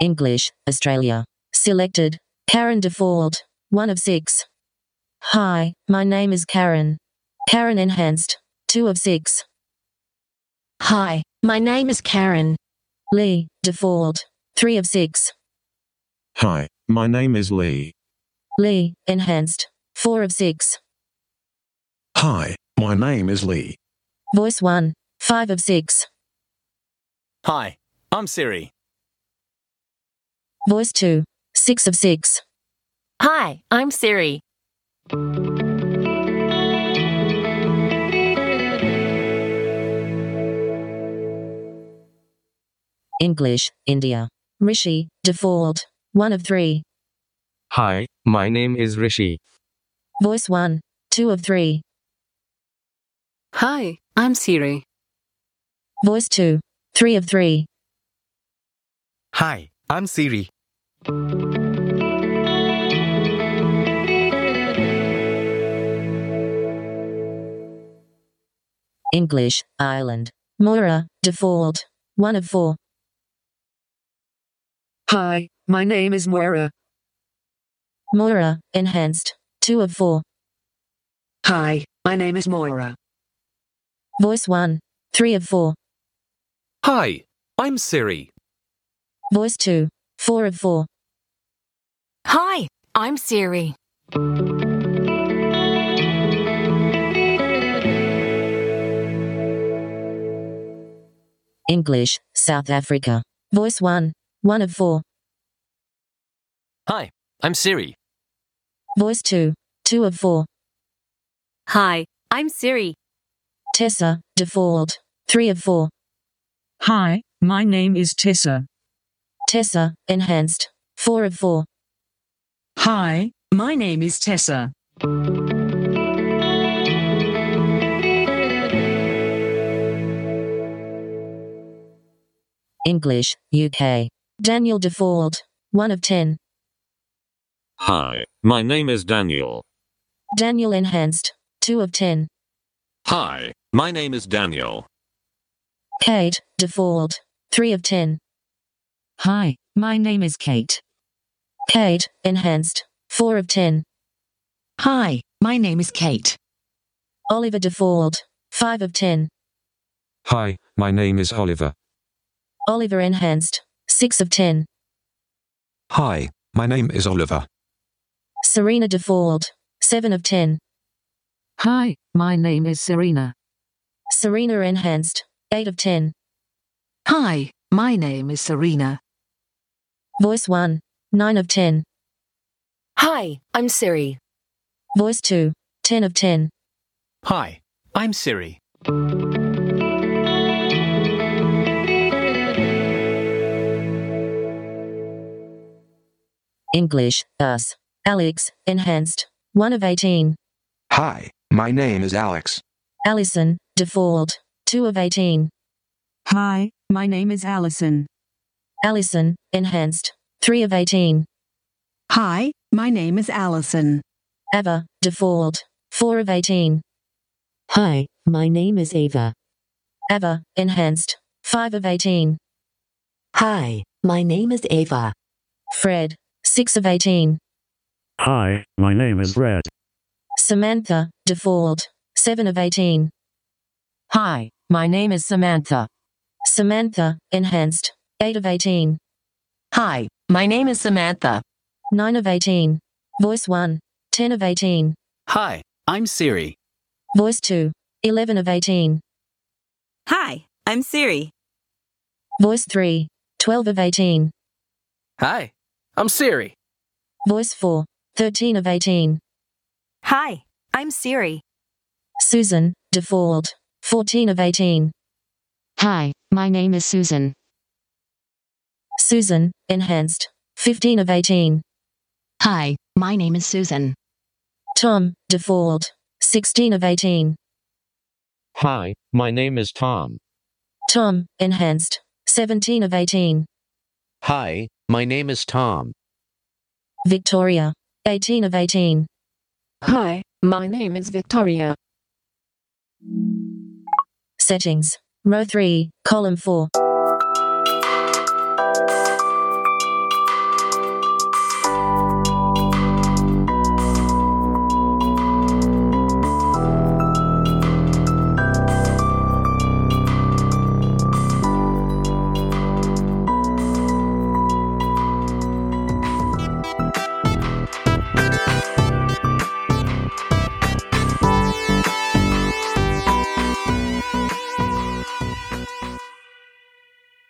English, Australia. Selected, Karen Default, 1 of 6. Hi, my name is Karen. Karen Enhanced, 2 of 6. Hi, my name is Karen. Lee, Default, 3 of 6. Hi, my name is Lee. Lee, Enhanced, 4 of 6. Hi, my name is Lee. Voice 1, 5 of 6. Hi, I'm Siri. Voice 2, 6 of 6. Hi, I'm Siri. English, India. Rishi, Default, 1 of 3. Hi, my name is Rishi. Voice 1, 2 of 3. Hi, I'm Siri. Voice 2, 3 of 3. Hi, I'm Siri. English, Ireland. Moira, Default, 1 of 4. Hi, my name is Moira. Moira, Enhanced, 2 of 4. Hi, my name is Moira. Voice 1, 3 of 4. Hi, I'm Siri. Voice 2, 4 of 4. Hi, I'm Siri. English, South Africa. Voice 1, 1 of 4. Hi, I'm Siri. Voice 2, 2 of 4. Hi, I'm Siri. Tessa, Default, 3 of 4. Hi, my name is Tessa. Tessa, Enhanced, 4 of 4. Hi, my name is Tessa. English, UK. Daniel Default, 1 of 10. Hi, my name is Daniel. Daniel Enhanced, 2 of 10. Hi, my name is Daniel. Kate, Default, 3 of 10. Hi, my name is Kate. Kate, Enhanced, 4 of 10. Hi, my name is Kate. Oliver Default, 5 of 10. Hi, my name is Oliver. Oliver Enhanced, 6 of 10. Hi, my name is Oliver. Serena Default, 7 of 10. Hi, my name is Serena. Serena Enhanced, 8 of 10. Hi, my name is Serena. Voice 1, 9 of 10. Hi, I'm Siri. Voice 2, 10 of 10. Hi, I'm Siri. English, us. Alex, enhanced, 1 of 18. Hi, my name is Alex. Allison, default, 2 of 18. Hi, my name is Allison. Allison, enhanced, 3 of 18. Hi, my name is Allison. Ava, default, 4 of 18. Hi, my name is Ava. Ava, enhanced, 5 of 18. Hi, my name is Ava. Fred, 6 of 18. Hi, my name is Red. Samantha, default, 7 of 18. Hi, my name is Samantha. Samantha, enhanced, 8 of 18. Hi, my name is Samantha. 9 of 18. Voice 1, 10 of 18. Hi, I'm Siri. Voice 2, 11 of 18. Hi, I'm Siri. Voice 3, 12 of 18. Hi, I'm Siri. Voice 4, 13 of 18. Hi, I'm Siri. Susan, default, 14 of 18. Hi, my name is Susan. Susan, enhanced, 15 of 18. Hi, my name is Susan. Tom, default, 16 of 18. Hi, my name is Tom. Tom, enhanced, 17 of 18. Hi, my name is Tom. Victoria, 18 of 18. Hi, my name is Victoria. Settings, row 3, column 4.